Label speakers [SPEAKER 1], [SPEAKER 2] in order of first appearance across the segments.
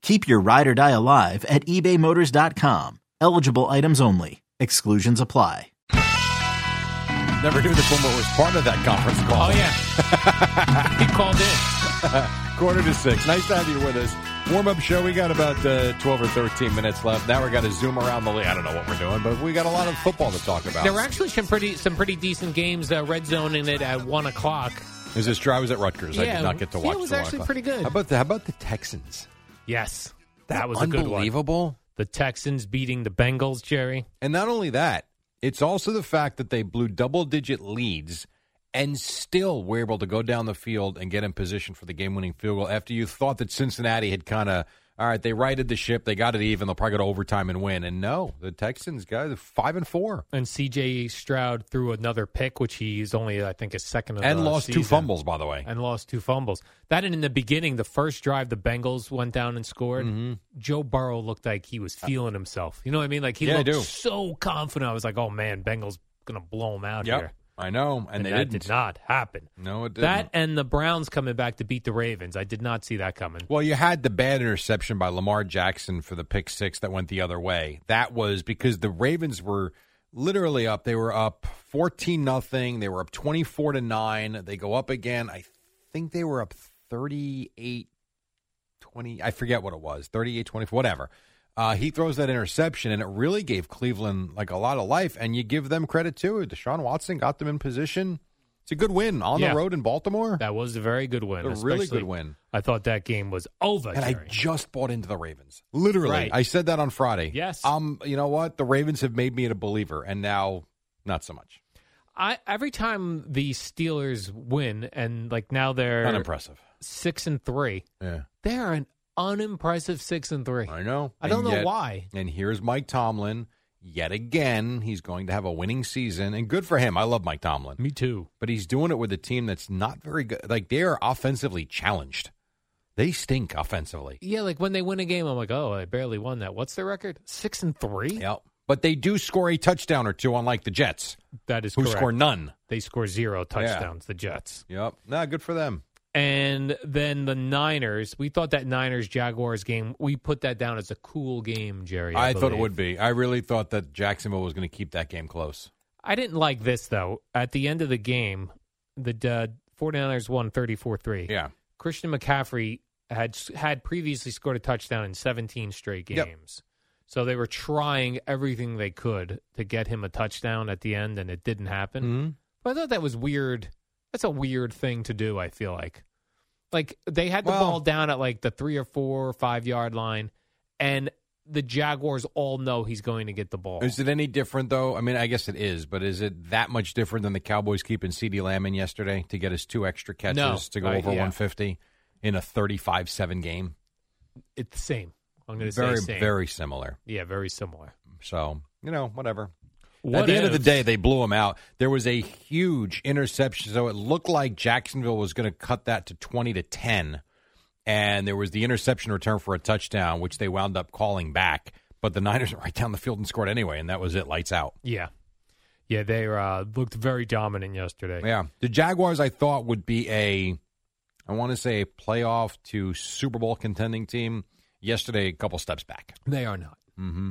[SPEAKER 1] Keep your ride or die alive at ebaymotors.com. Eligible items only. Exclusions apply.
[SPEAKER 2] Never knew this woman was part of that conference call.
[SPEAKER 3] Oh yeah, he called in.
[SPEAKER 2] Quarter to six. Nice to have you with us. Warm up show. We got about uh, twelve or thirteen minutes left. Now we got to zoom around the league. I don't know what we're doing, but we got a lot of football to talk about.
[SPEAKER 3] There were actually some pretty some pretty decent games. Uh, red zone in it at one o'clock.
[SPEAKER 2] Is this true? I was at Rutgers. I
[SPEAKER 3] Yeah,
[SPEAKER 2] did not get to
[SPEAKER 3] yeah,
[SPEAKER 2] watch.
[SPEAKER 3] it was
[SPEAKER 2] the
[SPEAKER 3] actually
[SPEAKER 2] walk-off.
[SPEAKER 3] pretty good.
[SPEAKER 2] How about the, how about the Texans?
[SPEAKER 3] Yes, that, was a good one.
[SPEAKER 2] unbelievable.
[SPEAKER 3] The Texans beating the Bengals, Jerry.
[SPEAKER 2] And not only that, it's also the fact that they blew double digit leads and still were able to go down the field and get in position for the game winning field goal after you thought that Cincinnati had kind of, all right, they righted the ship, they got it even, they'll probably go to overtime and win. And no, the Texans, guys, are five and four.
[SPEAKER 3] And C.J. Stroud threw another pick, which he's only I think his second of
[SPEAKER 2] And
[SPEAKER 3] the
[SPEAKER 2] lost two
[SPEAKER 3] season.
[SPEAKER 2] fumbles, by the way.
[SPEAKER 3] and lost two fumbles. That and in the beginning, the first drive, the Bengals went down and scored.
[SPEAKER 2] Mm-hmm.
[SPEAKER 3] Joe Burrow looked like he was feeling himself. You know what I mean? Like he
[SPEAKER 2] Yeah, I
[SPEAKER 3] looked
[SPEAKER 2] do.
[SPEAKER 3] so confident. I was like, oh man, Bengals gonna blow him out here.
[SPEAKER 2] Yep, I know. And, they
[SPEAKER 3] that
[SPEAKER 2] didn't.
[SPEAKER 3] did not happen.
[SPEAKER 2] No, it didn't.
[SPEAKER 3] That and the Browns coming back to beat the Ravens. I did not see that coming.
[SPEAKER 2] Well, you had the bad interception by Lamar Jackson for the pick six that went the other way. That was because the Ravens were literally up. They were up 14 nothing. They were up 24 to 9. They go up again. I think they were up 38 20. I forget what it was. 38 24, whatever. Uh, he throws that interception, and it really gave Cleveland like a lot of life. And you give them credit too. Deshaun Watson got them in position. It's a good win on
[SPEAKER 3] Yeah.
[SPEAKER 2] the road in Baltimore.
[SPEAKER 3] That was a very good win.
[SPEAKER 2] a really
[SPEAKER 3] especially-
[SPEAKER 2] good win.
[SPEAKER 3] I thought that game was over.
[SPEAKER 2] And I
[SPEAKER 3] Jerry.
[SPEAKER 2] just bought into the Ravens. Literally,
[SPEAKER 3] Right.
[SPEAKER 2] I said that on Friday.
[SPEAKER 3] Yes.
[SPEAKER 2] Um, you know what? The Ravens have made me a believer, and now not so much.
[SPEAKER 3] I every time the Steelers win, and like now they're
[SPEAKER 2] Unimpressive.
[SPEAKER 3] six and three.
[SPEAKER 2] Yeah,
[SPEAKER 3] They are an unimpressive six and three.
[SPEAKER 2] I know.
[SPEAKER 3] I don't
[SPEAKER 2] And
[SPEAKER 3] know
[SPEAKER 2] yet-
[SPEAKER 3] why.
[SPEAKER 2] And here's Mike Tomlin yet again. He's going to have a winning season, and good for him. I love Mike Tomlin,
[SPEAKER 3] Me too.
[SPEAKER 2] but he's doing it with a team that's not very good. Like they are offensively challenged. They stink offensively.
[SPEAKER 3] Yeah, like when they win a game, I'm like, oh, I barely won that. What's their record? Six and three.
[SPEAKER 2] Yep. But they do score a touchdown or two, unlike the Jets,
[SPEAKER 3] That is
[SPEAKER 2] who
[SPEAKER 3] correct.
[SPEAKER 2] score none.
[SPEAKER 3] they score zero touchdowns. The Jets.
[SPEAKER 2] Yep. Nah, good for them.
[SPEAKER 3] and then the Niners. We thought that Niners Jaguars game. We put that down as a cool game, Jerry. I,
[SPEAKER 2] I thought it
[SPEAKER 3] believe.
[SPEAKER 2] would be. I really thought that Jacksonville was going to keep that game close.
[SPEAKER 3] I didn't like this though. At the end of the game, the uh, 49ers won 34-3.
[SPEAKER 2] Yeah.
[SPEAKER 3] Christian McCaffrey had had previously scored a touchdown in 17 straight
[SPEAKER 2] Yep.
[SPEAKER 3] games. So they were trying everything they could to get him a touchdown at the end and it didn't happen. But I thought that was weird. That's a weird thing to do, I feel like. Like they had the
[SPEAKER 2] Well-
[SPEAKER 3] ball down at like the three or four or five yard line, and the Jaguars all know he's going to get the ball.
[SPEAKER 2] Is it any different, though? I mean, I guess it is, but is it that much different than the Cowboys keeping CeeDee Lamb in yesterday to get his two extra catches
[SPEAKER 3] No.
[SPEAKER 2] to go
[SPEAKER 3] I-
[SPEAKER 2] over
[SPEAKER 3] yeah.
[SPEAKER 2] 150 in a 35 7 game?
[SPEAKER 3] it's the same. I'm going to
[SPEAKER 2] Very,
[SPEAKER 3] say same.
[SPEAKER 2] very similar.
[SPEAKER 3] yeah, very similar.
[SPEAKER 2] So, you know, whatever. At
[SPEAKER 3] What
[SPEAKER 2] the end of the
[SPEAKER 3] ifs?
[SPEAKER 2] day, they blew him out. There was a huge interception, so it looked like Jacksonville was going to cut that to twenty to ten, and there was the interception return for a touchdown, which they wound up calling back. But the Niners were right down the field and scored anyway, and that was it. Lights out.
[SPEAKER 3] Yeah. Yeah, they uh, looked very dominant yesterday.
[SPEAKER 2] Yeah. The Jaguars, I thought, would be a, I want to say, a playoff to Super Bowl contending team. Yesterday, a couple steps back.
[SPEAKER 3] They are not.
[SPEAKER 2] Mm-hmm.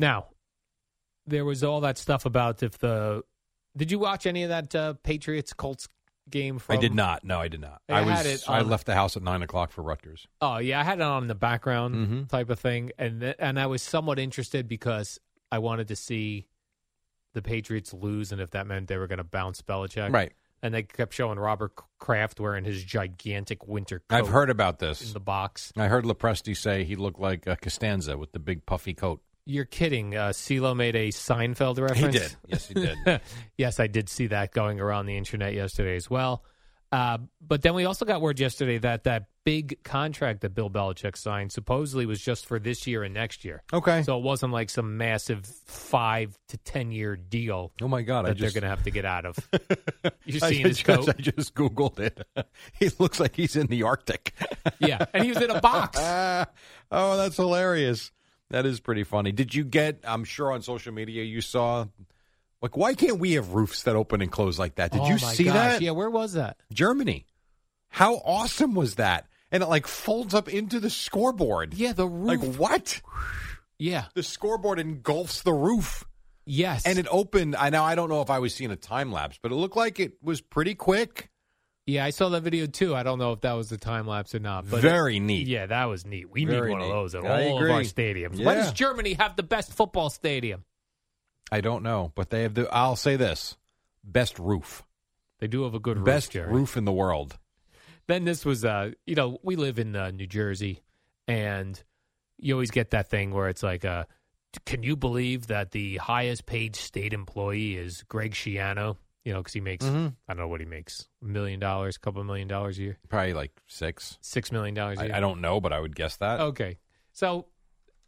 [SPEAKER 3] Now, there was all that stuff about if the. Did you watch any of that uh, Patriots Colts game? From,
[SPEAKER 2] I did not. No, I did not.
[SPEAKER 3] They
[SPEAKER 2] I
[SPEAKER 3] had
[SPEAKER 2] was.
[SPEAKER 3] it
[SPEAKER 2] I
[SPEAKER 3] on-
[SPEAKER 2] left the house at nine o'clock for Rutgers.
[SPEAKER 3] Oh yeah, I had it on in the background
[SPEAKER 2] Mhm.
[SPEAKER 3] type of thing, and th- and I was somewhat interested because I wanted to see the Patriots lose, and if that meant they were going to bounce Belichick,
[SPEAKER 2] Right.
[SPEAKER 3] And they kept showing Robert Kraft wearing his gigantic winter coat.
[SPEAKER 2] I've heard about
[SPEAKER 3] in
[SPEAKER 2] this.
[SPEAKER 3] the box.
[SPEAKER 2] I heard Lepresti say he looked like uh, Costanza with the big puffy coat.
[SPEAKER 3] You're kidding. Uh, CeeLo made a Seinfeld reference.
[SPEAKER 2] He did. Yes, he did.
[SPEAKER 3] yes, I did see that going around the internet yesterday as well. Uh, but then we also got word yesterday that that big contract that Bill Belichick signed supposedly was just for this year and next year.
[SPEAKER 2] okay.
[SPEAKER 3] So it wasn't like some massive five to ten year deal
[SPEAKER 2] oh my God! I
[SPEAKER 3] that
[SPEAKER 2] just
[SPEAKER 3] they're going to have to get out of. You're
[SPEAKER 2] I
[SPEAKER 3] seeing his
[SPEAKER 2] just-
[SPEAKER 3] coat,
[SPEAKER 2] I just googled it. he looks like he's in the Arctic.
[SPEAKER 3] yeah, and he was in a box.
[SPEAKER 2] Ah, oh, that's hilarious. That is pretty funny. Did you get? I'm sure on social media you saw. Like, why can't we have roofs that open and close like that? Did
[SPEAKER 3] Oh,
[SPEAKER 2] you
[SPEAKER 3] my
[SPEAKER 2] see
[SPEAKER 3] gosh.
[SPEAKER 2] that?
[SPEAKER 3] Yeah, where was that?
[SPEAKER 2] Germany. How awesome was that? And it like folds up into the scoreboard.
[SPEAKER 3] Yeah, the roof.
[SPEAKER 2] Like what?
[SPEAKER 3] yeah,
[SPEAKER 2] The scoreboard engulfs the roof,
[SPEAKER 3] yes,
[SPEAKER 2] and it opened. I now I don't know if I was seeing a time lapse, but it looked like it was pretty quick.
[SPEAKER 3] Yeah, I saw that video too. I don't know if that was the time lapse or not. But
[SPEAKER 2] Very neat.
[SPEAKER 3] Yeah, that was neat. We
[SPEAKER 2] Very
[SPEAKER 3] need one
[SPEAKER 2] neat.
[SPEAKER 3] of those at
[SPEAKER 2] I
[SPEAKER 3] all
[SPEAKER 2] agree.
[SPEAKER 3] of our stadiums. Why
[SPEAKER 2] Yeah.
[SPEAKER 3] does Germany have the best football stadium?
[SPEAKER 2] I don't know, but they have the. I'll say this: best roof,
[SPEAKER 3] They do have a good
[SPEAKER 2] best
[SPEAKER 3] roof, Jerry.
[SPEAKER 2] roof in the world.
[SPEAKER 3] Then this was, uh, you know, we live in uh, New Jersey, and you always get that thing where it's like, uh, can you believe that the highest paid state employee is Greg Schiano? You know, because he makes,
[SPEAKER 2] Mm-hmm.
[SPEAKER 3] I don't know what he makes, a million dollars, a couple million dollars a year,
[SPEAKER 2] Probably like six.
[SPEAKER 3] six million dollars a year.
[SPEAKER 2] I, I don't know, but I would guess that.
[SPEAKER 3] Okay. So,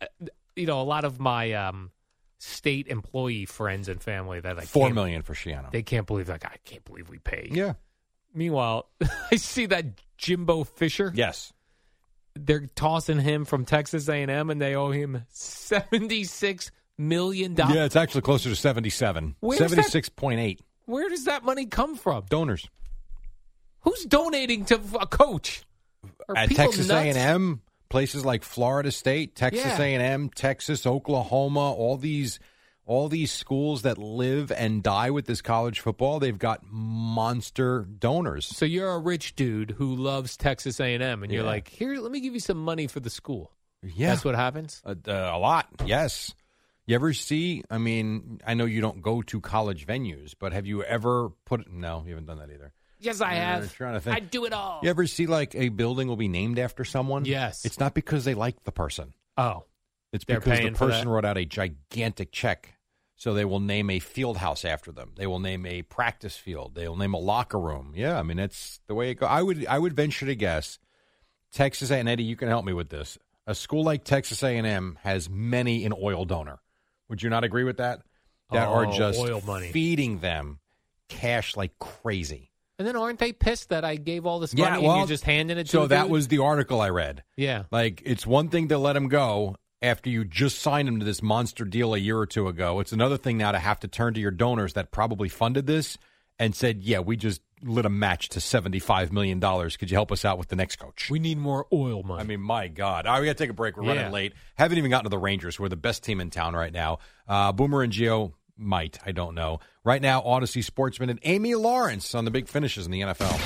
[SPEAKER 3] uh, you know, a lot of my um, state employee friends and family that I
[SPEAKER 2] Four
[SPEAKER 3] can't-
[SPEAKER 2] million for Shiano.
[SPEAKER 3] They can't believe, like, I can't believe we pay.
[SPEAKER 2] yeah.
[SPEAKER 3] Meanwhile, I see that Jimbo Fisher.
[SPEAKER 2] Yes.
[SPEAKER 3] They're tossing him from Texas A&M, and they owe him $76 million.
[SPEAKER 2] Yeah, it's actually closer to seventy-seven.
[SPEAKER 3] Where's that-
[SPEAKER 2] Seventy-six point eight
[SPEAKER 3] Where does that money come from?
[SPEAKER 2] donors
[SPEAKER 3] Who's donating to a coach? Are
[SPEAKER 2] at
[SPEAKER 3] people
[SPEAKER 2] Texas
[SPEAKER 3] nuts?
[SPEAKER 2] A&M, places like Florida State, Texas
[SPEAKER 3] Yeah.
[SPEAKER 2] A&M, Texas, Oklahoma, all these all these schools that live and die with this college football, they've got monster donors.
[SPEAKER 3] So you're a rich dude who loves Texas A&M, and you're
[SPEAKER 2] Yeah.
[SPEAKER 3] like, here, let me give you some money for the school.
[SPEAKER 2] Yeah.
[SPEAKER 3] That's what happens.
[SPEAKER 2] A, a lot, yes. You ever see? I mean, I know you don't go to college venues, but have you ever put? No, you haven't done that either.
[SPEAKER 3] Yes, I
[SPEAKER 2] Yeah,
[SPEAKER 3] have.
[SPEAKER 2] I'm trying to think.
[SPEAKER 3] I do it all.
[SPEAKER 2] You ever see like a building will be named after someone?
[SPEAKER 3] Yes.
[SPEAKER 2] It's not because they like the person.
[SPEAKER 3] Oh,
[SPEAKER 2] It's
[SPEAKER 3] They're
[SPEAKER 2] because the
[SPEAKER 3] paying for
[SPEAKER 2] person
[SPEAKER 3] that.
[SPEAKER 2] wrote out a gigantic check. So they will name a field house after them. They will name a practice field. They will name a locker room. Yeah, I mean that's the way it goes. I would I would venture to guess Texas A and Eddie, you can help me with this. A school like Texas A and M has many an oil donor. Would you not agree with that? That are
[SPEAKER 3] Oh,
[SPEAKER 2] just
[SPEAKER 3] oil money.
[SPEAKER 2] feeding them cash like crazy.
[SPEAKER 3] and then aren't they pissed that I gave all this money and you're just handing it to?
[SPEAKER 2] So
[SPEAKER 3] a
[SPEAKER 2] that
[SPEAKER 3] dude?
[SPEAKER 2] was the article I read.
[SPEAKER 3] yeah.
[SPEAKER 2] Like it's one thing to let him go after you just signed him to this monster deal a year or two ago. It's another thing now to have to turn to your donors that probably funded this and said, "Yeah, we just lit a match to seventy-five million dollars. Could you help us out with the next coach?"
[SPEAKER 3] We need more oil money.
[SPEAKER 2] I mean, my God! All right, we got to take a break. We're
[SPEAKER 3] Yeah.
[SPEAKER 2] running late. Haven't even gotten to the Rangers, who are the best team in town right now. Uh, Boomer and Geo might. I don't know. Right now, Odyssey Sportsman and Amy Lawrence on the big finishes in the NFL.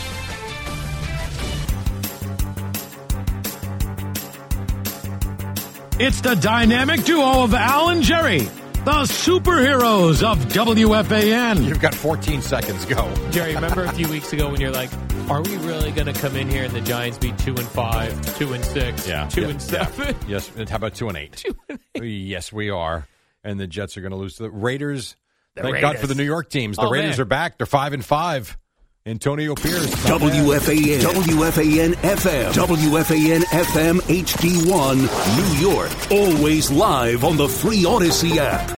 [SPEAKER 4] It's the dynamic duo of Al and Jerry, The superheroes of WFAN.
[SPEAKER 2] You've got 14 seconds. Go.
[SPEAKER 3] Jerry, remember a few weeks ago when you're like, "Are we really going to come in here and the Giants be two and five, two and six, two
[SPEAKER 2] Yeah.
[SPEAKER 3] and
[SPEAKER 2] Yeah.
[SPEAKER 3] seven,
[SPEAKER 2] Yes. And How about two and eight?
[SPEAKER 3] two and eight?
[SPEAKER 2] Yes, we are. And the Jets are going to lose to the Raiders.
[SPEAKER 3] The
[SPEAKER 2] Thank God for
[SPEAKER 3] Raiders.
[SPEAKER 2] the New York teams. The
[SPEAKER 3] Oh,
[SPEAKER 2] Raiders
[SPEAKER 3] man.
[SPEAKER 2] are back. They're five and five. Antonio Pierce. not bad.
[SPEAKER 5] WFAN, WFAN FM, WFAN FM HD1, New York. Always live on the free Odyssey app.